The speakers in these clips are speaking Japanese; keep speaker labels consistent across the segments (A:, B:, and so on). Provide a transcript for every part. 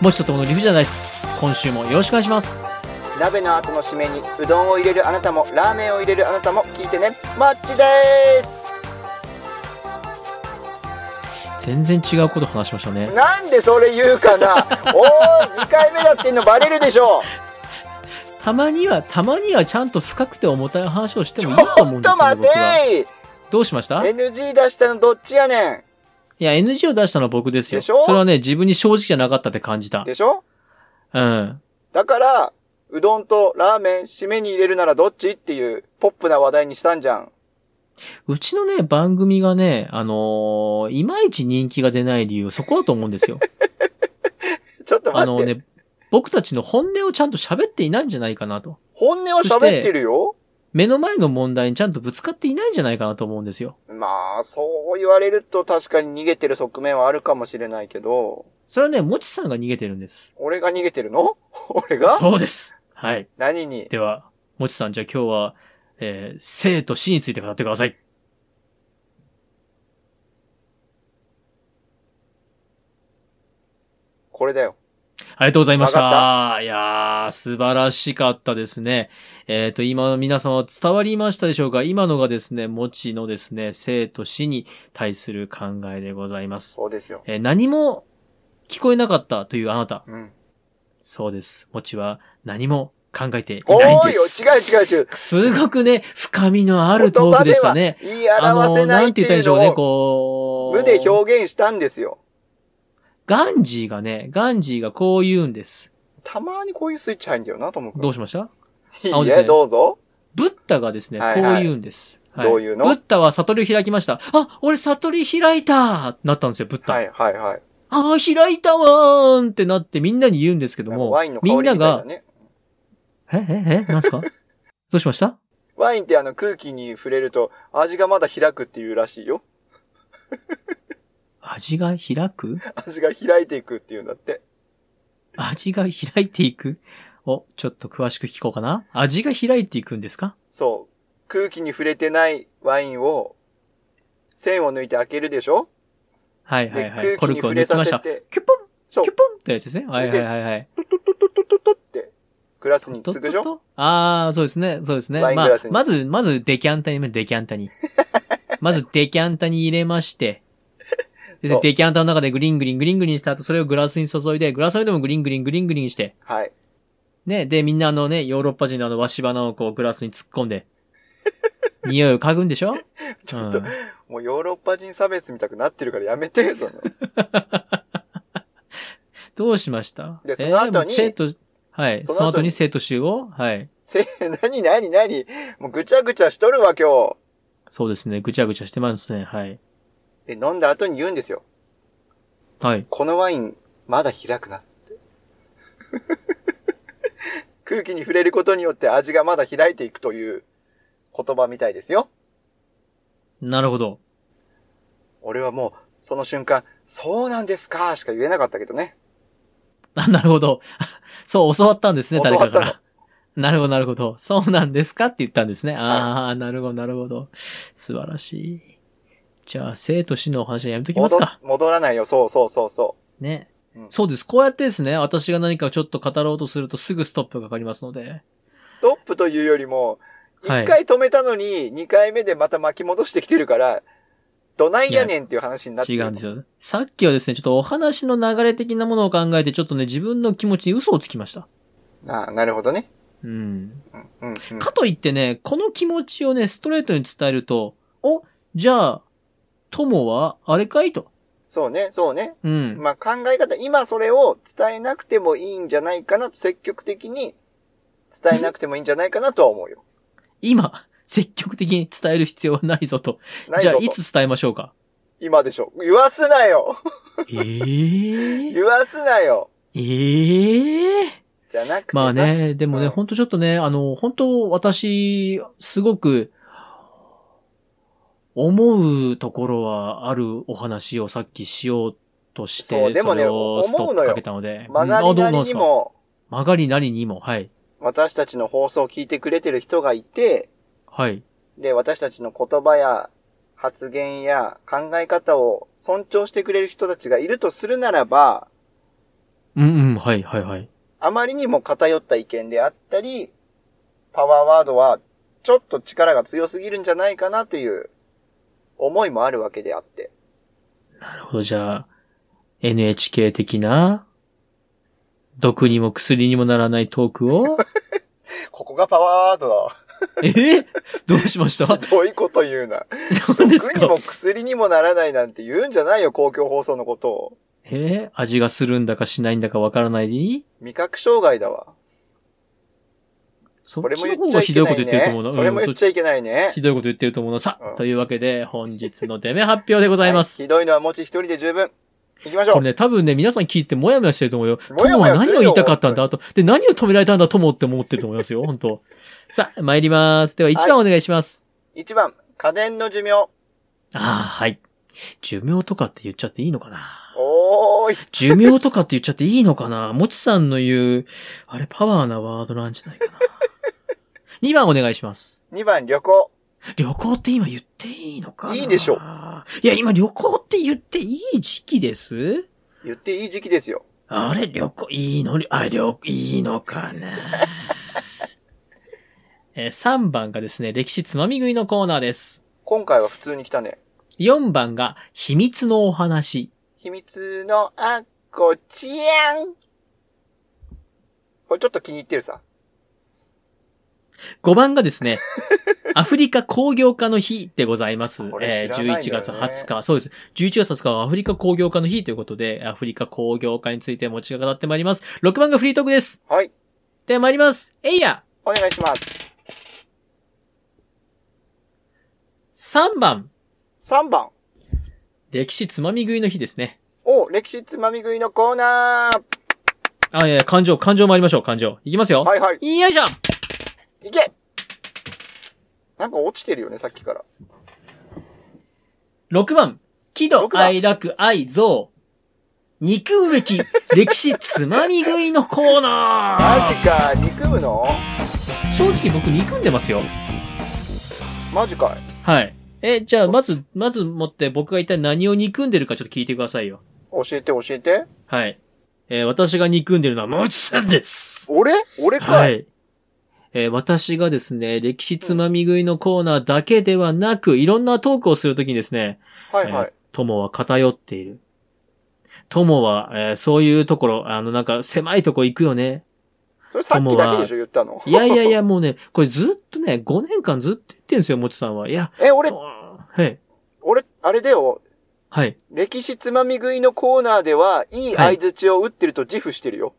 A: もしとともの理不尽なダイス今週もよろしくお願いします
B: 鍋の後の締めにうどんを入れるあなたもラーメンを入れるあなたも聞いてねマッチです
A: 全然違うこと話しましたね
B: なんでそれ言 うかなおー2回目だってんのバレるでしょ
A: たまにはたまにはちゃんと深くて重たい話をして
B: ち
A: も
B: ょ
A: いい
B: っ
A: と思うんです
B: と
A: よ、ね、
B: 待
A: 僕は
B: て
A: どうしましたい
B: NG 出したのどっちやねん
A: や NG を出したのは僕ですよ
B: でしょ
A: それはね自分に正直じゃなかったって感じた
B: でしょ
A: うん
B: だからうどんとラーメン締めに入れるならどっちっていうポップな話題にしたんじゃん
A: うちのね、番組がね、あのーいまいち人気が出ない理由、そこだと思うん ですよ。
B: ちょっと
A: あ
B: 待っ
A: の
B: て、
A: ね、僕たちの本音をちゃんと喋っていないんじゃないかなと。
B: 本音を喋ってるよ
A: 目の前の問題にちゃんとぶつかっていないんじゃないかなと思うんですよ。
B: まあそう言われると確かに逃げてる側面はあるかもしれないけど
A: それはね、もちさんが逃げてるんです。
B: 俺が逃げてるの 俺が
A: そうです。はい。
B: 何に
A: では、もちさん、じゃあ今日は、えー、生と死について語ってください。
B: これだよ。
A: ありがとうございまし
B: わ
A: た。いやー、素晴らしかったですね。えっ、と、今、皆様伝わりましたでしょうか今のがですね、もちのですね、生と死に対する考えでございます。
B: そうですよ。
A: えー何も聞こえなかったというあなた。
B: うん。
A: そうです。もちは何も考えてい
B: お
A: ないん
B: ー
A: で
B: いよ、
A: す。
B: 違う違う違う。
A: すごくね、深みのあるトークでしたね。
B: 言い表
A: あの
B: せ
A: ー、
B: な
A: ない
B: っ
A: ん
B: て
A: て言ったらいいんで
B: いう
A: しょう
B: の
A: ね、
B: を
A: こう。
B: 無で表現したんですよ。
A: ガンジーがね、ガンジーがこう言うんです。
B: たまにこういうスイッチ入るんだよな、ともくん。
A: どうしました
B: い
A: あの
B: い
A: です
B: え、
A: ね
B: どうぞ。
A: ブッダがですね、こ
B: は
A: う
B: いはい
A: 言うんです。
B: どういうの
A: ブッダは悟りを開きました。あ、俺悟り開いたってなったんですよ、ブッダ。
B: はいはいはい。
A: あー、開いたわーんってなってみんなに言うんですけど
B: なんか
A: も
B: ワインの、香り
A: みん
B: みた
A: ない
B: な
A: が、
B: ね。
A: え、え、え、なんすか どうしました
B: ワインってあの空気に触れると味がまだ開くっていうらしいよ。
A: 味が開く
B: 味が開いていくっていうんだって。
A: 味が開いていくお、ちょっと詳しく聞こうかな。味が開いていくんですか
B: そう。空気に触れてないワインを、線を抜いて開けるでしょ
A: はい
B: で、
A: はいはい。コ
B: 空気
A: ル
B: に
A: クを
B: 触れ
A: 抜き
B: さ
A: まし
B: せ
A: た。キュ
B: て、
A: ポン
B: そう
A: キュ、ポンってやつですね。はいはいはいはい。
B: トトトトトって、グラスにつくでしょ
A: ああ、そうですね、そうですね。
B: ワイン
A: ま
B: グ
A: あ
B: ラス、に
A: まず、まずデキャンタに、デキャンタに。まずデキャンタに入れまして、で
B: そう
A: デキャンタの中でグリングリングリングリンした後、それをグラスに注いで、グラスの上でもグリングリングリングリンして、
B: はい。
A: ね、で、みんなあのね、ヨーロッパ人のあの、わし花をこう、グラスに突っ込んで、匂いを嗅ぐんでしょ
B: ちょっと
A: うん
B: もうヨーロッパ人差別みたくなってるからやめて、その。
A: どうしました
B: でその後に
A: えーもう生徒、はい、
B: そ
A: そ
B: の後
A: の
B: に
A: 後に生徒集を、はい、
B: せ、なになになにもうぐちゃぐちゃしとるわ、今日。
A: そうですね、ぐちゃぐちゃしてますね、はい。
B: で、飲んだ後に言うんですよ。
A: はい。
B: このワイン、まだ開くなって。 空気に触れることによって味がまだ開いていくという言葉みたいですよ。
A: なるほど。
B: 俺はもう、その瞬間、そうなんですかしか言えなかったけどね。
A: あ、なるほど。そう、教わったんですね、
B: 教わ
A: 誰
B: った
A: かか
B: の
A: ら。なるほど、なるほど。そうなんですかって言ったんですね。ああ、なるほど、なるほど。素晴らしい。じゃあ、生と死のお話はやめときます
B: 戻
A: か。
B: 戻らないよ、そうそうそうそ
A: ね
B: うん。
A: そうです。こうやってですね、私が何かちょっと語ろうとするとすぐストップがかかりますので。
B: う。ストップというよりも、一
A: はい
B: 回止めたのに、二回目でまた巻き戻してきてるから、どないやねんっていう話になって
A: 違
B: る
A: うんですよ。さっきはですね、ちょっとお話の流れ的なものを考えて、ちょっとね、自分の気持ちに嘘をつきました。
B: あなるほどね。
A: うん。
B: うん、うん、うん。
A: かといってね、この気持ちをね、ストレートに伝えると、お、じゃあ、友は、あれかいと。
B: そうね、そうね。
A: うん。
B: まあ考え方、今それを伝えなくてもいいんじゃないかなと、積極的に伝えなくてもいいんじゃないかなとは思うよ。
A: 今、積極的に伝える必要はないぞと。
B: ない
A: じゃ
B: ぞ
A: あ、
B: と。
A: いつ伝えましょうか。
B: 今でしょ。言わすな よ
A: ええ
B: 言わすなよ
A: ええ
B: じゃなくてさ。
A: まあ。ね、でもね、
B: うん
A: ほんとちょっとね、あの、本当私、すごく、思うところはあるお話をさっきしようとして、
B: そうでもね
A: れをストッ
B: 思うの
A: プ
B: よ
A: かけたので。
B: 曲がりな
A: うんあど
B: りに
A: うなんですか
B: も、
A: 曲がりなりにも、はい。
B: 私たちの放送を聞いてくれてる人がいて、
A: はい。
B: で、私たちの言葉や発言や考え方を尊重してくれる人たちがいるとするならば、
A: うんうん、はいはいはい。
B: あまりにも偏った意見であったり、パワーワードはちょっと力が強すぎるんじゃないかなという思いもあるわけであって。
A: なるほど、じゃあ、NHK 的な、毒にも薬にもならないトーク を、
B: ここがパワーワード
A: えどうしました
B: だ。ひ どいこと言うな。
A: 何です
B: 毒に
A: か
B: も薬にもならないなんて言うんじゃないよ、公共放送のことを。
A: え味がするんだかしないんだかわからない
B: 味覚障害だわ。
A: そ
B: こ
A: っ
B: れ
A: ち
B: も
A: の
B: 言っ
A: 方
B: ちゃ
A: が
B: い
A: ひどい
B: け
A: こ
B: な
A: と言ってる
B: い
A: と思
B: ね
A: うな。。
B: それも
A: うん
B: 言っちゃいけないね。
A: ひどいこと言ってると思うな。さ
B: う
A: あ、
B: ん
A: というわけで、本日のデメ発表でございます。
B: はひどいのはもち一人で十分。行きましょ
A: こ
B: う。
A: れね、多分ね、皆さん聞いててもやもやしてると思うよ。
B: もやもや
A: 友は
B: する
A: 何
B: よ
A: を言いたかったんだと。で、何を止められたんだ友って思ってると思いますよ、本当さあ、参ります。では、1番お願いします。
B: 1番、家電の寿命。
A: ああ、はい。寿命とかって言っちゃっていいのかな
B: おーい。
A: 寿命とかって言っちゃっていいのかなもちさんの言う、あれ、パワーなワードなんじゃないか な。2番お願いします。
B: 2番、旅行。
A: 旅行って今言っていいのかない
B: いでしょ
A: いや、今旅行って言っていい時期です
B: 言っていい時期ですよ。
A: あれ、旅行、いいのあ、旅、いいのかな えー ?3 番がですね、歴史つまみ食いのコーナーです。
B: 今回は普通に来たね。
A: 4番が、秘密のお話。
B: 秘密のあっこちやん。これちょっと気に入ってるさ。
A: 5番がです ね、アフリカ工業化の日でございます。
B: これ知らないよね
A: 11月20日。そうです。11月20日はアフリカ工業化の日ということで、アフリカ工業化について持ち語ってまいります。6番がフリートークです。
B: はい。
A: では参ります。えいや
B: お願いします。
A: !3 番、
B: 3番。
A: 歴史つまみ食いの日ですね。
B: お、歴史つまみ食いのコーナー。
A: あ、いやいや、感情、感情参りましょう、感情。いきますよ。
B: はいはい。
A: い。よいしょ
B: いけなんか落ちてるよね、さっきから。
A: !6 番、喜怒
B: 六、番
A: 哀楽、愛、憎。憎むべき、歴史つまみ食いのコー
B: マ
A: ナ
B: ジか、憎むの
A: ー正直僕憎んでますよ。
B: マジかい。
A: はい。え、じゃあ、まず、まずもって僕が一体何を憎んでるかちょっと聞いてくださいよ。
B: 教えて教えて。
A: はい。えー私が憎んでるのは、もちさんです
B: 俺俺か。
A: はいい。えー私がですね、歴史つまみ食いのコーナーだけではなく、いろんなトークをするときにですね、
B: はい
A: え
B: は
A: ー
B: い。
A: 友は偏っている。友は、えーそういうところ、あの、なんか狭いとこ行くよね。
B: それさっきだけでしょ、言ったの。
A: いやいや いや、もうね、これずっとね、5年間ずっと言ってんですよ、もちさんは。いや、
B: え、俺
A: と、はい。
B: 俺、あれだよ。
A: はい。
B: 歴史つまみ食いのコーナーでは、いい
A: はい
B: 相槌を打ってると自負してるよ。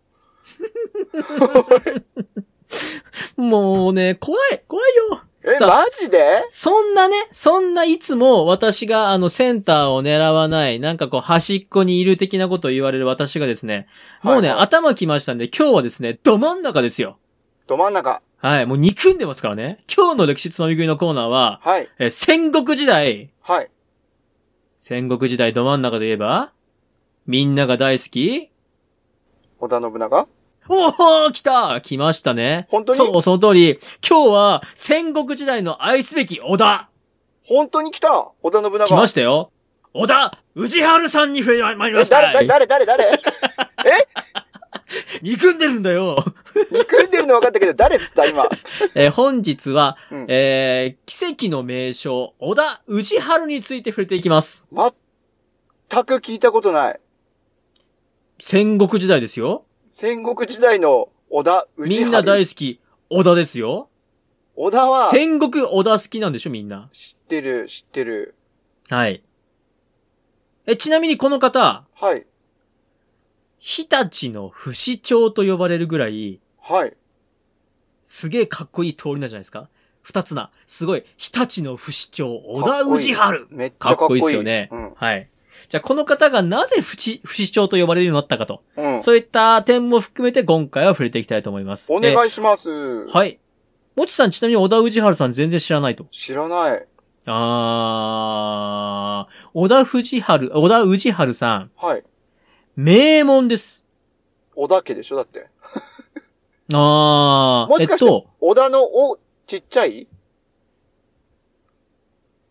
A: もうね、怖い怖いよ
B: え、
A: さ
B: マジで
A: そんなね、そんないつも私があのセンターを狙わない、なんかこう端っこにいる的なことを言われる私がですね、もうね、
B: はいはい
A: 頭きましたんで、今日はですね、ど真ん中ですよ。
B: ど真ん中。
A: はい、もう憎んでますからね。今日の歴史つまみ食いのコーナーは、
B: はい。
A: えー戦国時代、
B: はい。
A: 戦国時代ど真ん中で言えばみんなが大好き
B: 織田信長
A: おお来た来ましたね。
B: 本当に
A: そう、その通り。今日は戦国時代の愛すべき織田
B: 本当に来た織田信長。
A: 来ましたよ織田氏春さんに触れまいりま
B: え、
A: した
B: 誰、誰、誰、誰
A: 憎んでるんだ よ
B: 憎んでるの分かったけど、誰っつった今。
A: えー本日は、
B: うん
A: えー奇跡の名称、織田氏春について触れていきます。
B: 全く聞いたことない。
A: 戦国時代ですよ
B: 戦国時代の織田、宇治
A: み
B: 原
A: んな大好き、織田ですよ
B: 織田は、
A: 戦国織田好きなんでしょみんな。
B: 知ってる、知ってる。
A: はい。え、ちなみにこの方、
B: はい、
A: 日立の不死鳥と呼ばれるぐらい、
B: はい。
A: すげえかっこいい通りなんじゃないですか二つな。すごい、日立の不死鳥、小田
B: かっこいい
A: 氏春。
B: めっちゃ
A: か
B: か
A: っ
B: っこ
A: こ
B: い
A: い
B: い。
A: いですよね。
B: うん。
A: はい。じゃあこの方がなぜ不死、不死鳥と呼ばれるようになったかと。
B: うん。
A: そういった点も含めて今回は触れていきたいと思います。
B: お願いします。
A: えはい。もちさんちなみに小田氏春さん全然知らないと。
B: 知らない。
A: あー、小田氏春、小田氏春さん、
B: はい。
A: 名門です。
B: 織田家でしょだって。
A: ああ、
B: もしかして
A: えっと、
B: 織田のお、ちっちゃい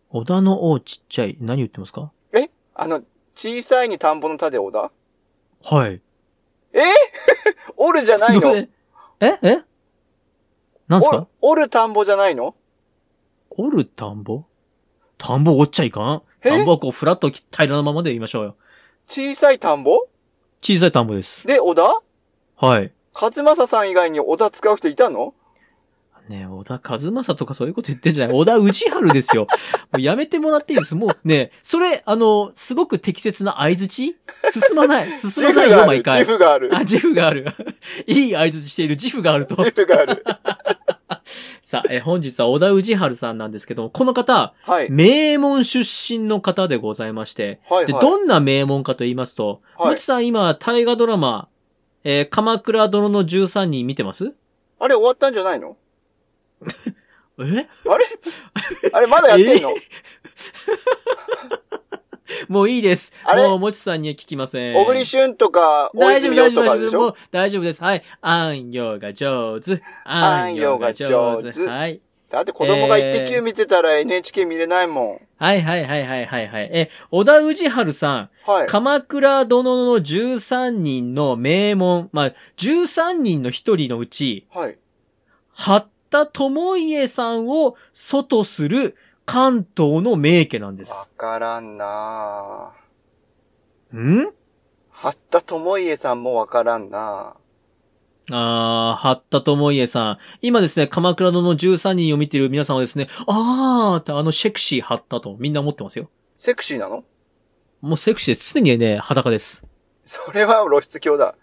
A: 織田の王ちっちゃい。何言ってますか
B: えあの、小さいに田んぼの田で織田
A: はい。
B: えおるじゃない
A: ど
B: の
A: れええなんすか
B: おおる田んぼじゃないの
A: おる田んぼ田んぼ折っちゃいかん
B: え
A: 田んぼはこう、フラッと平らなままで言いましょうよ。
B: 小さい田んぼ
A: 小さい田んぼです。
B: で、小田
A: はい。
B: 和正さん以外に小田使う人いたの
A: ねえ、小田和正とかそういうこと言ってんじゃない小田氏春ですよ。 もうやめてもらっていいです。もうね、それ、あの、すごく適切な相づち進まない。進まない
B: が
A: よ、
B: あ
A: 毎
B: る。
A: 回
B: 自。負がある。
A: あ、自負がある。 いい相づちしている自負があると。
B: 自負が ある。
A: さあ、え本日は小田氏春さんなんですけども、この方、
B: はい。
A: 名門出身の方でございまして、
B: はい、はい。
A: で、どんな名門かと言いますと、
B: はい
A: もちさん今、大河ドラマ、えー鎌倉殿の13人見てます
B: あれ終わったんじゃないの
A: え
B: あれあれまだやって んの、
A: もういいです。
B: あれ
A: もう、もちさんには聞きません。
B: 小栗旬とか、大
A: 大丈夫、
B: 泉
A: 大
B: 洋
A: 丈
B: と
A: 夫、
B: か
A: 大
B: でし
A: 丈夫。も
B: ょ
A: う大丈夫です。はい。あんよが上手。あ
B: あ
A: ん
B: ん
A: よ
B: よ
A: が
B: が
A: 上
B: 上
A: 手。
B: 手
A: はい。
B: だって子供が一匹見てたら NHK 見れないも
A: はいはいはいはいはいはい。え、小田氏春さん、
B: ん。はい。
A: 鎌倉殿の13人の名門、まあ、13人の一人のうち、
B: はい。
A: 八田智家さんを祖とする関東の名家なんで
B: わ
A: す。
B: からんなぁ。
A: ん
B: 八田智家さんもわからんな
A: ああ、八田智家さん。今ですね、鎌倉殿の13人を見ている皆さんはですね、あーってあのセクシー八田とみんな思ってますよ。
B: セクシーなの
A: もうセクシーです。常にね、裸です。
B: それは露出狂だ。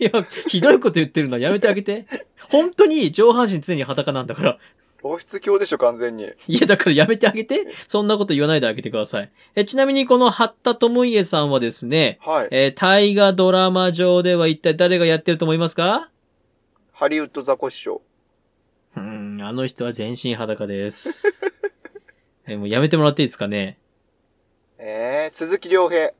A: いや、ひどいこと言ってるのはやめてあげ て。本当に上半身常に裸なんだから。
B: 露出狂でしょ、完全に。
A: いや、だからやめてあげて。そんなこと言わないであげてください。えちなみにこの八田智家さんはですね、
B: はい。
A: えー大河ドラマ上では一体誰がやってると思いますか
B: ハリウッドザコシショウ。
A: うーん、あの人は全身裸です。 えーもうやめてもらっていいですかね。
B: えー、鈴木亮平。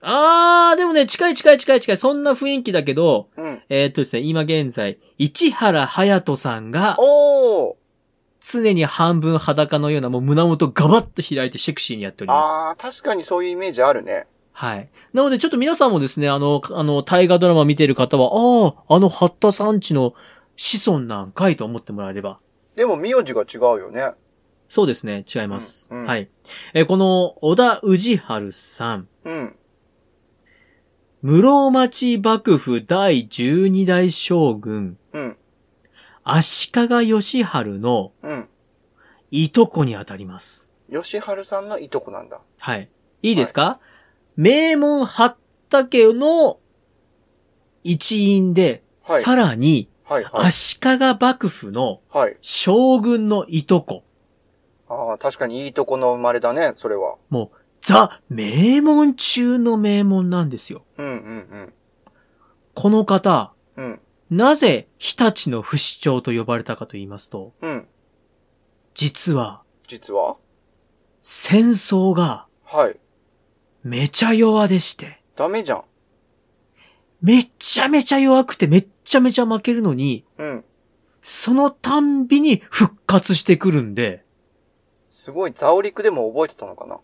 A: あー、でもね、近い近い近い近い、そんな雰囲気だけど、
B: うん。
A: えーっとですね、今現在、市原隼人さんが、
B: おー
A: 常に半分裸のような、もう胸元ガバッと開いてセクシーにやっております。
B: あー、確かにそういうイメージあるね。
A: はい。なので、ちょっと皆さんもですね、あの、あの、大河ドラマ見てる方は、ああ、あの、八田さんちの子孫なんかいと思ってもらえれば、
B: でも、名字が違うよね。
A: そうですね、違います。
B: うんうん
A: はい。えーこの、小田氏春さん、
B: うん。
A: 室町幕府第12代将軍、
B: うん。
A: 足利義春の
B: うん。
A: いとこにあたります。
B: 吉春さんのいとこなんだ。
A: はい。いいですか、名門八田家の一員で、
B: はい
A: さらに、
B: はい、はい。
A: 足利幕府の
B: はい。
A: 将軍のいとこ、
B: ああ、確かにいいとこの生まれだね、それは。
A: ザ・名門中の名門なんですよ。
B: うんうん
A: この方、
B: うん。うん。
A: なぜ日立の不死鳥と呼ばれたかと言いますと、
B: うん。
A: 実は
B: 実は
A: 戦争が
B: はい。
A: めちゃ弱でして、
B: ダメじゃん。
A: めっちゃめちゃ弱くてめっちゃめちゃ負けるのに、
B: うん。
A: そのたんびに復活してくるんで、
B: すごい、ザオリクでも覚えてたの かな。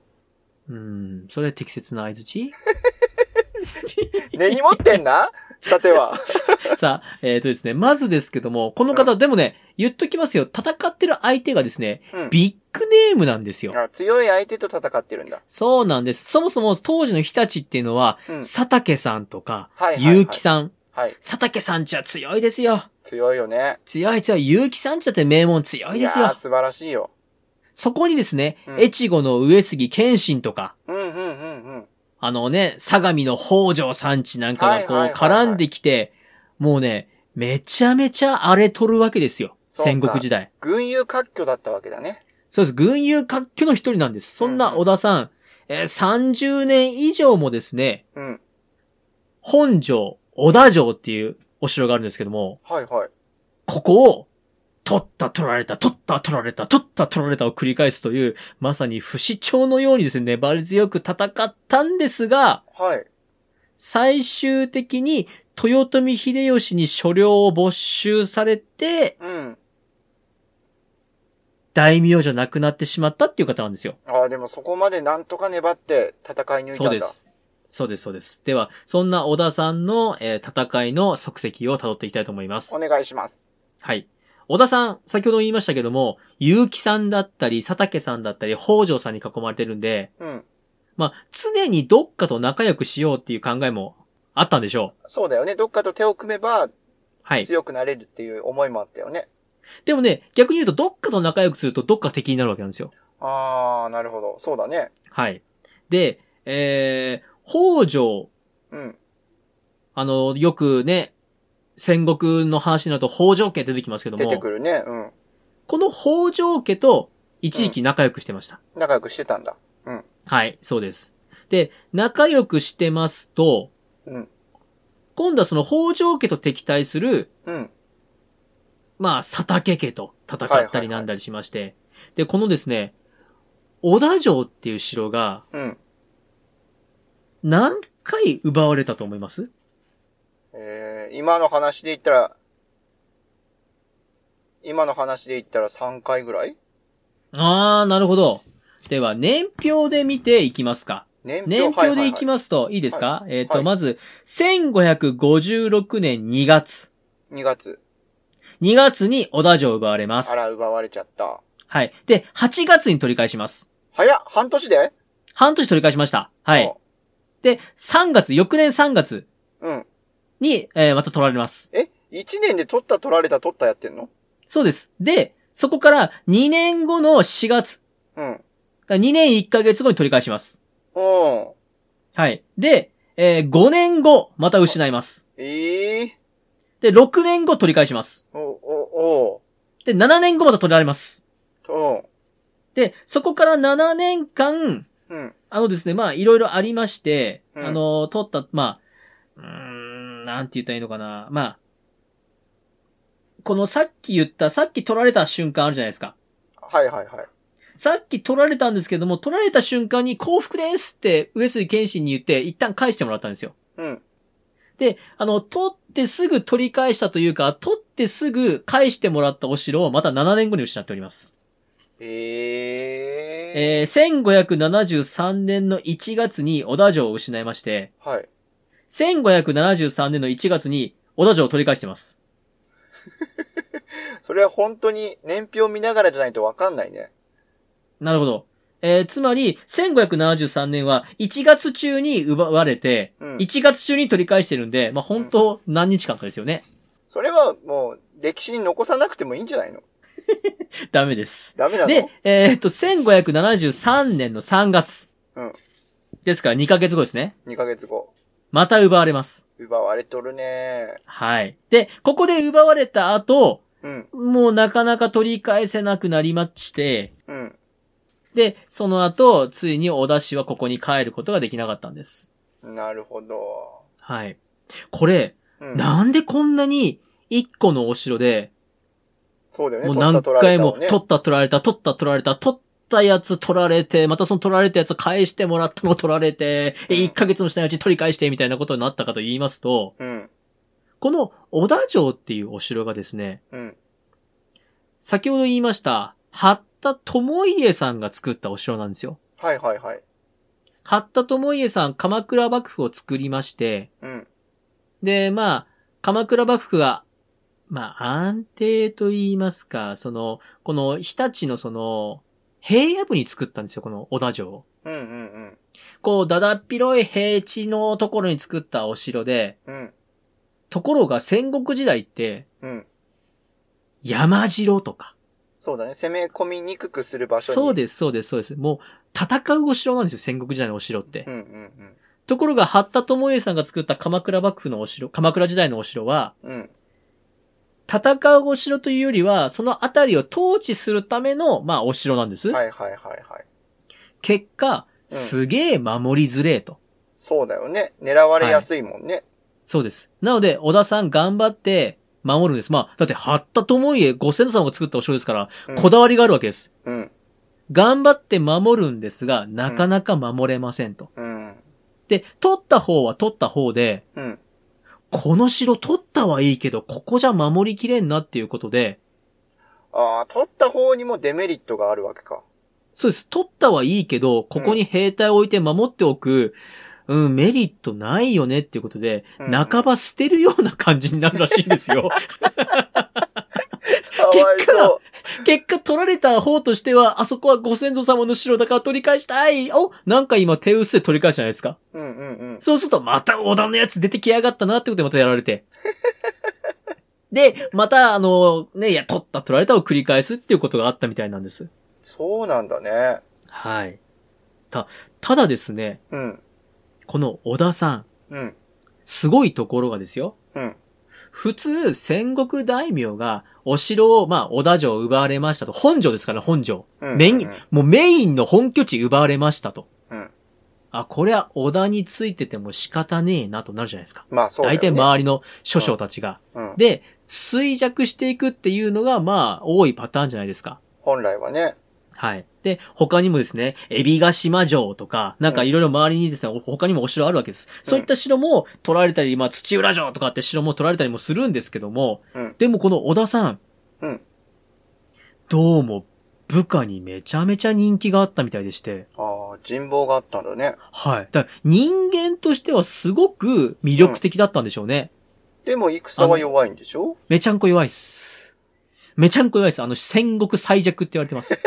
A: うーん、それ適切な合図 値
B: 根に持って んなさては。
A: さあ、えっ、とですね、まずですけども、この方、でもね、言っときますよ、戦ってる相手がですね、
B: うん。
A: ビッグネームなんですよ。
B: あ強い相手と戦ってるんだ。
A: そうなんです。そもそも当時の日立っていうのは、
B: うん。
A: 佐竹さんとか、
B: はいはい、はい。
A: 結城さん。
B: はい。
A: 佐竹さんちは強いですよ。
B: 強いよね。
A: 強い強い。結城さんちだって名門強い
B: い
A: で
B: や
A: すよ
B: ー、。素晴らしいよ。
A: そこにですね、
B: うん
A: 越後の上杉謙信とか、
B: うんうんうんうん。
A: あのね、相模の北条さんちなんかがこう
B: はいはいはいはい
A: 絡んできて、もうね、めちゃめちゃ荒れとるわけですよ。
B: そうか
A: 戦国時代。
B: 群雄割拠だったわけだね。
A: そうです。群雄割拠の一人なんです。そん
B: う
A: なん
B: うん
A: 小田さん、えー30年以上もですね、
B: うん。
A: 本城、小田城っていうお城があるんですけども、
B: はいはい。
A: ここを、取った取られた、取った取られた、取った取られたを繰り返すという、まさに不死鳥のようにですね、粘り強く戦ったんですが、
B: はい。
A: 最終的に豊臣秀吉に所領を没収されて、
B: うん。
A: 大名じゃなくなってしまったっていう方なんですよ。
B: ああ、でもそこまでなんとか粘って戦い抜いたんだ。
A: そうで。す。そうです、そうです。では、そんな小田さんの、えー戦いの足跡を辿っていきたいと思います
B: お。願いします。
A: はい。小田さん、先ほども言いましたけども、結城さんだったり、佐竹さんだったり、北条さんに囲まれてるんで、
B: うん。
A: まあ、常にどっかと仲良くしようっていう考えもあったんでしょう。
B: そうだよね。どっかと手を組めば
A: はい。
B: 強くなれるっていう思いもあったよね。
A: でもね、逆に言うと、どっかと仲良くすると、どっか敵になるわけなんですよ。
B: あー、なるほど。そうだね。
A: はい。で、えー、北条、
B: うん。
A: あの、よくね、戦国の話になると北条家出てきますけど
B: 出て
A: も
B: く、るね。うん。
A: この北条家と一時期仲良くしてました。
B: 仲良くしてたんだ。
A: はい、そうです。で、仲良くしてますと、
B: うん。
A: 今度はその北条家と敵対する、
B: うん。
A: まあ、佐竹家と戦ったりなんだりしまして、で、このですね、小田城っていう城が
B: うん。
A: 何回奪われたと思います
B: えー、今の話で言ったら、今の話で言ったら3回ぐらい
A: あー、なるほど。では、年表で見ていきますか。
B: 年表
A: 年表でいき
B: ま
A: ますと、いいですか、えっ、と、
B: はい
A: まず、1556年2月。
B: す。2月。
A: 2月に小田城を奪われます
B: あ。ら、奪われちゃった。
A: はい。で、8月に取り返します。
B: 早っ半年で
A: 半年取り返しました。はい。
B: お
A: で、3月、翌年3月
B: うん。
A: に、えーまた取られます。
B: え ?1 年で取った取られた取ったやってんの
A: そうです。で、そこから2年後の4月、
B: うん。
A: 2年1ヶ月後に取り返します。
B: うん。
A: はい。で、え5年後、また失います。
B: ええ
A: で、6年後取り返します。
B: お、お、
A: で、7年後また取られます。
B: お、お
A: で、そこから7年間、
B: う、うん。
A: あのですね、まあ、いろいろありまして、
B: うん
A: あの、取った、まあ、うーん、なんて言ったらいいのかな。まあ、このさっき言った、さっき取られた瞬間あるじゃないですか。
B: はいはいはい。
A: さっき取られたんですけども、取られた瞬間に幸福ですって、上杉謙信に言って、一旦返してもらったんですよ。
B: うん。
A: で、あの、取ってすぐ取り返したというか、取ってすぐ返してもらったお城をまた7年後に失っております。
B: ええ
A: えー1573年の1月に小田城を失いまして、
B: はい。
A: 1573年の1月に小田城を取り返してます。
B: それは本当に年表見ながらじゃないとわかんないね。
A: なるほど。えーつまり、1573年は1月中に奪われて、
B: うん。
A: 1月中に取り返してるんで、まあ、本当何日間かですよね。
B: それはもう歴史に残さなくてもいいんじゃないの
A: ダメです。
B: ダメなの
A: で、えーっと、1573年の3月。
B: うん
A: ですから2ヶ月後ですね。
B: ?2 ヶ月後。
A: また奪われます。
B: 奪われとるね
A: はい。で、ここで奪われた後、
B: うん。
A: もうなかなか取り返せなくなりまして、
B: うん。
A: で、その後、ついに小田氏はここに帰ることができなかったんです。
B: なるほど。
A: はい。これ、
B: うん。
A: なんでこんなに、一個のお城で、
B: そうだよね。
A: もう何回も、
B: 取っ
A: 取った取られた、取った取られた、取ったやつ取られて、またその取られたやつ返してもらったの取られて、
B: うん
A: 1ヶ月もしないうち取り返して、みたいなことになったかと言いますと、
B: たね。
A: この小田城っていうお城がですね、
B: うん。うん。
A: 先ほど言いました、八田智家さんが作ったお城なんですよ。
B: はいはいはい。
A: 八田智家さん、鎌倉幕府を作りまして、
B: うん。
A: で、まあ、鎌倉幕府が、まあ、安定と言いますか、その、この日立のその、平野部に作ったんですよ、この小田城を。
B: うんうん
A: こう、だだっ広い平地のところに作ったお城で、
B: うん。うん。
A: ところが戦国時代って、
B: うん。
A: 山城とか。
B: そうだね。攻め込みにくくする場所に。
A: そうです、そうです、そうです。もう、戦うお城なんですよ、戦国時代のお城って。
B: うんうん
A: ところが、八田智家さんが作った鎌倉幕府のお城、鎌倉時代のお城は、
B: うん。うん。
A: 戦うお城というよりは、そのあたりを統治するための、まあ、お城なんです。
B: はいはいはいはい。
A: 結果、
B: うん
A: すげえ守りづれえと。
B: そうだよね。狙われやすいもんね。
A: そうです。なので、小田さん頑張って守るんです。まあ、だって、八田智家ご先祖様が作ったお城ですから、
B: うん
A: こだわりがあるわけです。
B: うん。
A: 頑張って守るんですが、なかなか守れませんと。
B: うん。
A: で、取った方は取った方で、
B: うん。
A: この城取ったはいいけど、ここじゃ守りきれんなっていうことで、
B: ああ、取った方にもデメリットがあるわけか。
A: そうです。取ったはいいけど、ここに兵隊を置いて守っておく、うん、メリットないよねっていうことで、
B: うん
A: 半ば捨てるような感じになるらしいんですよ。
B: かわいそう。
A: 結果取られた方としては、あそこはご先祖様の城だから取り返したい。おなんか今手薄で取り返したじゃないですか。
B: うんうんうん。
A: そうするとまた織田のやつ出てきやがったなってことでまたやられて。で、またあの、ね、いや、取った取られたを繰り返すっていうことがあったみたいなんです。
B: そうなんだね。
A: はい。た、ただですね、
B: うん。
A: この織田さん、
B: うん。
A: すごいところがですよ。
B: うん。
A: 普通、戦国大名が、お城を、まあ、織田城を奪われましたと。本城ですから、本城。
B: うん
A: メイン、もうメインの本拠地奪われましたと。
B: うん
A: あ、これは織田についてても仕方ねえなとなるじゃないですか。
B: まあそうだよ
A: 大
B: ね。
A: 体周りの諸将たちが。
B: うん、
A: で、衰弱していくっていうのが、まあ、多いパターンじゃないですか。
B: 本来はね。
A: はい。で、他にもですね、エビガ島城とか、なんかいろいろ周りにですね、他にもお城あるわけです。そういった城も取られたり、まあ土浦城とかって城も取られたりもするんですけども、
B: うん
A: でもこの小田さん、
B: うん
A: どうも部下にめちゃめちゃ人気があったみたいでして、
B: ああ、人望があったんだね。
A: はい。だから人間としてはすごく魅力的だったんでしょうね。
B: でも戦は弱いんでしょ
A: めちゃんこ弱いっす。めちゃんこ弱いっす。あの、戦国最弱って言われて ます。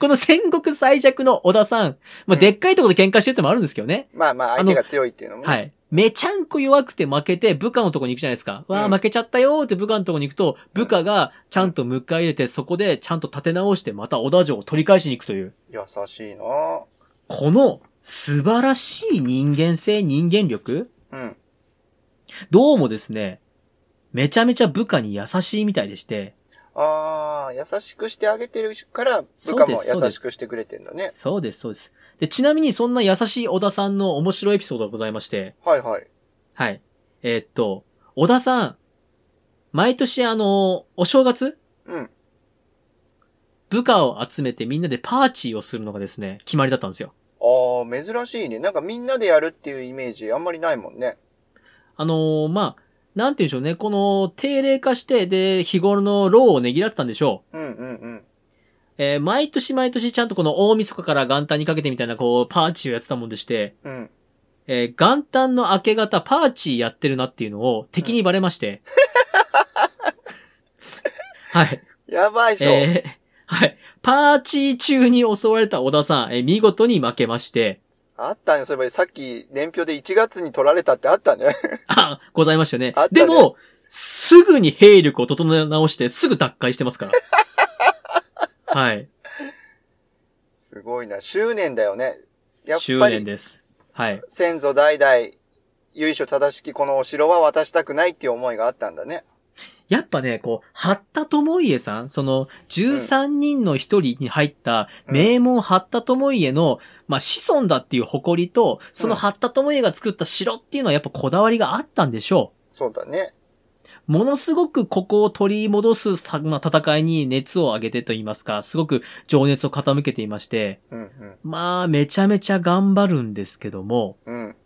A: この戦国最弱の小田さん。まあ、
B: うん
A: でっかいところで喧嘩してるってのもあるんですけどね。
B: まあまあ相手が強いっていうのもね。
A: はい。めちゃんこ弱くて負けて部下のとこに行くじゃないですか。わあ、
B: うん
A: 負けちゃったよーって部下のとこに行くと、部下がちゃんと迎え入れて、そこでちゃんと立て直して、また小田城を取り返しに行くという。
B: 優しいな
A: この素晴らしい人間性、人間力
B: うん。
A: どうもですね、めちゃめちゃ部下に優しいみたいでして、
B: ああ、優しくしてあげてるから、部
A: そう
B: 下
A: で
B: も
A: す
B: 優しくしてくれてんだね。
A: そうです、そうです。で、ちなみにそんな優しい小田さんの面白いエピソードがございまして、
B: はいはい。
A: はい。えーっと、小田さん、毎年あの、お正月
B: うん。
A: 部下を集めてみんなでパーチーをするのがですね、決まりだったんですよ。
B: ああ、珍しいね。なんかみんなでやるっていうイメージあんまりないもんね。
A: あのーまあ、なんて言うんでしょうね、この定例化して、で、日頃の労をねぎらってたんでしょう。
B: うんうんうん。
A: えー毎年毎年ちゃんとこの大晦日から元旦にかけてみたいな、こう、パーチーをやってたもんでして、
B: うん。
A: えー元旦の明け方、パーチーやってるなっていうのを敵にバレま して。はい。
B: やばいっしょ。
A: えーはい。パーチー中に襲われた小田さん、えー見事に負けまして、
B: あったね。そういえばさっき年表で1月に取られたってあったね。
A: あ、ございましたね。
B: あったね
A: でも、すぐに兵力を整え直して、すぐ奪回してますから。 はい。
B: すごいな。執念だよね。やっ
A: 執
B: ぱ
A: 念
B: り、
A: です。はい。
B: 先祖代々、由緒正しきこのお城は渡したくないっていう思いがあったんだね。
A: やっぱね、こう、八田智家さん、その、13人の一人に入った、
B: うん
A: 名門八田智家の、まあ、子孫だっていう誇りと、その
B: うん
A: 八田智家が作った城っていうのはやっぱこだわりがあったんでしょ
B: そうだね。
A: う。ものすごくここを取り戻すさまあ戦いに熱を上げてと言いますか、すごく情熱を傾けていまして、
B: うんうん。
A: まあ、めちゃめちゃ頑張るんですけども、
B: うん。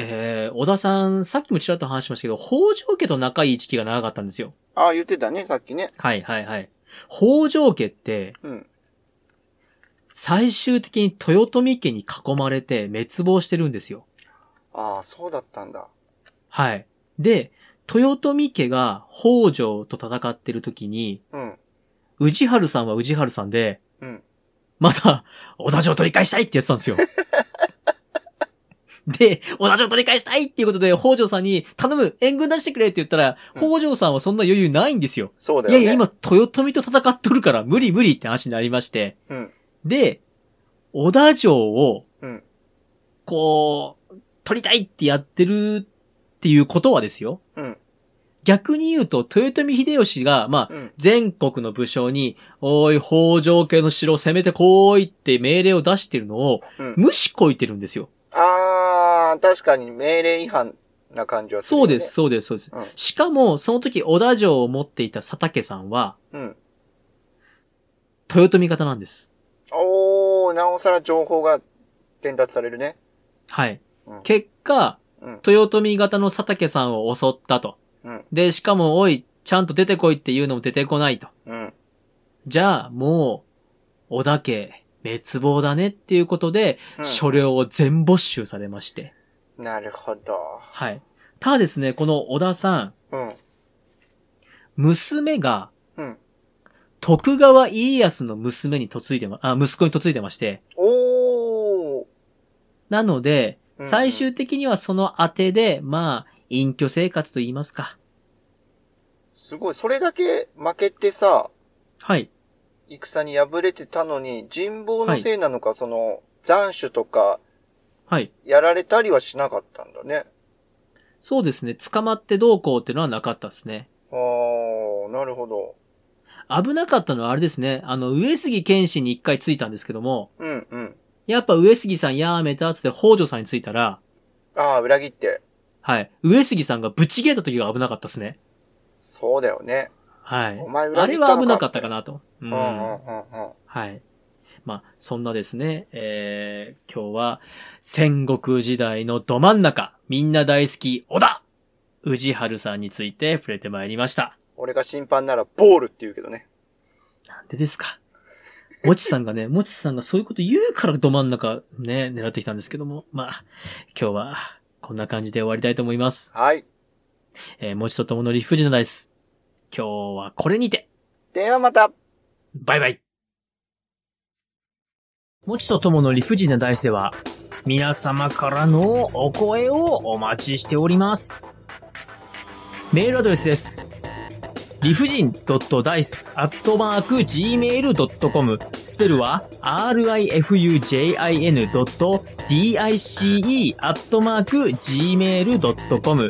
A: えー、小田さん、さっきもちらっと話しましたけど、北条家と仲いい時期が長かったんですよ。
B: ああ、言ってたね、さっきね。
A: はいはいはい。北条家って、
B: うん。
A: 最終的に豊臣家に囲まれて滅亡してるんですよ。
B: ああ、そうだったんだ。
A: はい。で、豊臣家が北条と戦ってる時に、
B: うん。
A: 宇治春さんは宇治春さんで、
B: うん。
A: また、小田城取り返したいってやってたん ですよ。で、小田城取り返したいっていうことで、北条さんに、頼む援軍出してくれって言ったら、
B: うん
A: 北条さんはそんな余裕ないんですよ。
B: そうだ
A: い
B: よ
A: や
B: ね。
A: いや、今、豊臣と戦っとるから、無理無理って話になりまして。
B: うん。
A: で、小田城を、
B: うん。
A: こう、取りたいってやってるっていうことはですよ。
B: うん。
A: 逆に言うと、豊臣秀吉が、まあ、
B: うん。
A: 全国の武将に、おい、北条家の城を攻めてこーいって命令を出してるのを、
B: うん。
A: 無視こいてるんですよ。
B: ああ、確かに命令違反な感じはする
A: そ
B: よ
A: うで
B: ね。
A: す、。そうです、そうです
B: うん。
A: しかも、その時、小田城を持っていた佐竹さんは、
B: うん。
A: 豊臣方なんです。
B: おー、なおさら情報が伝達されるね。
A: はい
B: うん。
A: 結果、
B: うん。
A: 豊臣方の佐竹さんを襲ったと。
B: うん。
A: で、しかも、おい、ちゃんと出てこいっていうのも出てこないと。
B: うん。
A: じゃあ、もう、小田家、滅亡だねっていうことで、
B: うん
A: 書領を全没収されまして。
B: なるほど。
A: はい。ただですね、この小田さん、
B: うん。
A: 娘が、
B: うん。
A: 徳川家康の娘に嫁いでま、あ、息子に嫁いでまして、
B: おー。
A: なので、
B: うんうん
A: 最終的にはその当てで、まあ、隠居生活と言いますか。
B: すごい。それだけ負けてさ、
A: はい。
B: 戦に敗れてたのに、人望のせいなのか、その、残首とか、
A: はい。
B: やられたりはしなかったんだね。
A: そうですね。捕まってどうこうっていうのはなかったですね。
B: あー、なるほど。
A: 危なかったのはあれですね。あの、上杉謙信に一回ついたんですけども、
B: うん、うん。
A: やっぱ上杉さんやめたっつって北条さんについたら、
B: あー、裏切って。
A: はい。上杉さんがぶち切れた時が危なかったですね。
B: そうだよね。
A: はい
B: お。前裏
A: あ
B: 切
A: れ
B: ったのか。
A: は危なかったかなと。う。
B: うんん。うん、うん、うん。
A: はい。まあ、そんなですね、えー、今日は戦国時代のど真ん中、みんな大好き、小田宇治春さんについて触れてまいりました。
B: 俺が審判なら、ボールって言うけどね。
A: なんでですかもちさんがね、もちさんがそういうこと言うからど真ん中ね、狙ってきたんですけども、まあ、今日はこんな感じで終わりたいと思います。
B: はい。
A: えー、もちとともの理不尽なダイス。今日はこれにて
B: ではまた
A: バイバイ。もちとともの理不尽な大世は、皆様からのお声をお待ちしております。メールアドレスです。理不尽 d i c e g m a i l c o m スペルは rifujin.dice gmail.com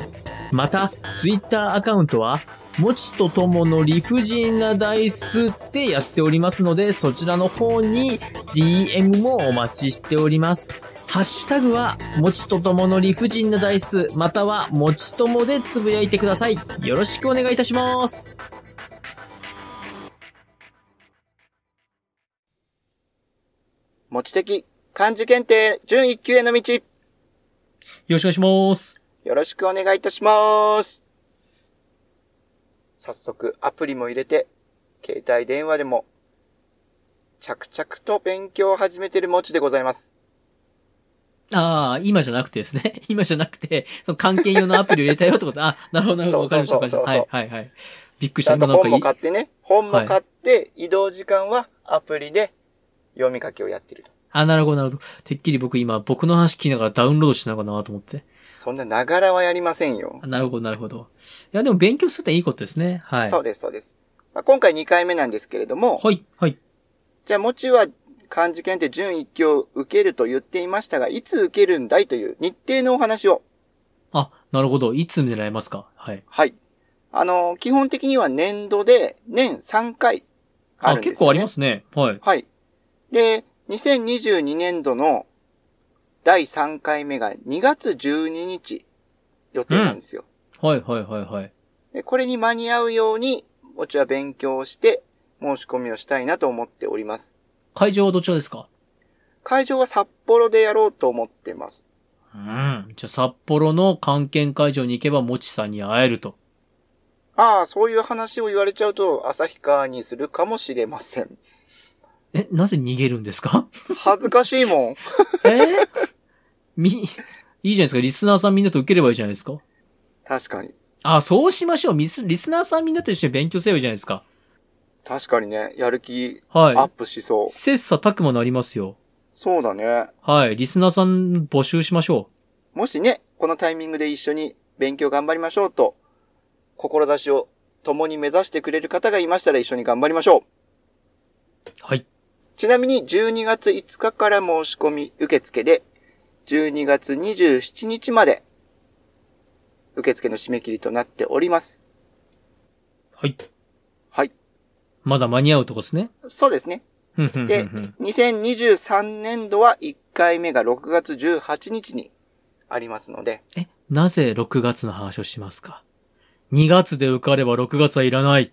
A: また、ツイッターアカウントは、もちとともの理不尽なダイスってやっておりますので、そちらの方に DM もお待ちしております。ハッシュタグは、もちとともの理不尽なダイス、または、もちともでつぶやいてください。よろしくお願いいたします。
B: 持ち的漢字検定準1級への道
A: よろしくお願いします。
B: よろしくお願いいたします。早速アプリも入れて、携帯電話でも、着々と勉強を始めている持ちでございます。
A: ああ、今じゃなくてですね。 今じゃなくて、その関係用のアプリを入れたよってこと。あ、なるほど、なるほど。わかりました、わかりました。
B: そ
A: は
B: うそう
A: い、はい、はい。びっくりし
B: ち
A: た。
B: ゃんと
A: 今なんか
B: 本
A: い
B: も買ってね、本も買って、移動時間はアプリで読み書きをやってると。
A: あ、なるほど、なるほど。てっきり僕今、僕の話聞きながらダウンロードしながらなと思って。
B: そんなながらはやりませんよ。
A: あなるほど、なるほど。いや、でも勉強するっていいことですね。はい。
B: そうです、そうです。まあ、今回2回目なんですけれども、
A: はい、はい。
B: じゃあ、もちは漢字検定準1級を受けると言っていましたが、いつ受けるんだいという日程のお話を。
A: あ、なるほど。いつ狙えますかはい。
B: はい。あのー基本的には年度で年3回あ
A: あ、
B: るんですよ、ね。。
A: 結構ありますすね。はい。
B: はい。で、2022年度の第3回目が2月12日予定なんですよ。
A: はい、はい、はい、はい。
B: でこれに間に合うように、もちは勉強をして申し込みをしたいなと思っております。
A: 会場はどちらですか
B: 会場は札幌でやろうと思ってます。
A: うん。じゃあ、札幌の関係会場に行けば、もちさんに会えると。
B: ああ、そういう話を言われちゃうと、旭川にするかもしれません。
A: え、なぜ逃げるんですか
B: 恥ずかしい もん。
A: えーみ、いいじゃないですか。リスナーさんみんなと受ければいいじゃないですか。
B: 確かに。
A: あ、そうしましょう。ミス、リスナーさんみんなと一緒に勉強せよいいじゃないですか。
B: 確かにね、やる気アッ
A: は
B: プしそう。
A: い。切磋琢磨なりますよ。
B: そうだね。
A: はい。リスナーさん募集しましょ
B: もしね、このタイミングで一緒に勉強頑張りましょうと、志を共に目指してくれる方がいましたら一緒に頑張りましょう。
A: う。はい。
B: ちなみに12月5日から申し込み受付で、12月27日まで、受付の締め切りとなっております。
A: はい。
B: はい。
A: まだ間に合うとこですね。
B: そうですね。
A: ふんふんふ
B: で
A: んふん
B: 2023年度は1回目が6月18日にありますので、
A: え、なぜ6月の話をしますか ?2 月で受かれば6月はいらない。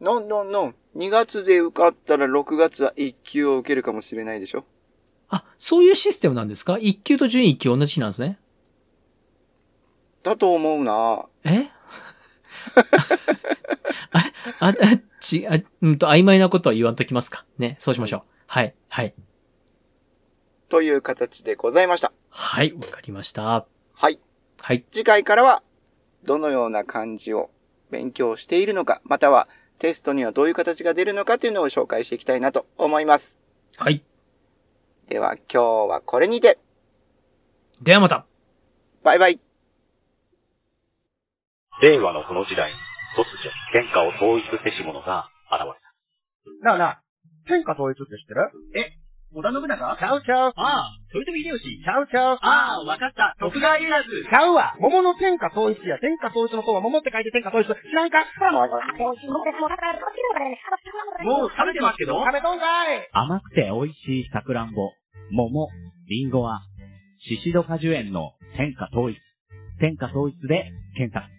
B: のんのんのん、2月で受かったら6月は1級を受けるかもしれないでしょ
A: あ、そういうシステムなんですか ?1 級と順位1級同じ日なんですね。
B: だと思うな
A: え あ、あ、あ、ち、あ、うんと、曖昧なことは言わんときますか。ね、そうしましょう。はい、はい。
B: という形でございました。
A: はい、わかりました。
B: はい。
A: はい。
B: 次回からは、どのような漢字を勉強しているのか、またはテストにはどういう形が出るのかというのを紹介していきたいなと思います。
A: はい。
B: では今日はこれにて、
A: ではまた
B: バイバイ。
C: 令和のこの時代、突如、天下を統一せし者が現れた。
D: なあなあ、天下統一って知ってる
E: 織田信長ち
D: ちゃうちゃう。
E: ああ、豊臣秀吉。
D: ちゃうちゃう。
E: ああ、わかった。徳川家康。
D: ちゃうわ。桃の天下統一や。天下統一の方は桃って書いて天下統一。知らんか
E: もう食べてますけど
D: 食べとんかい
F: 甘くて美味しいさくらんぼ、桃、りんごは、シシド果樹園の天下統一。天下統一で検索。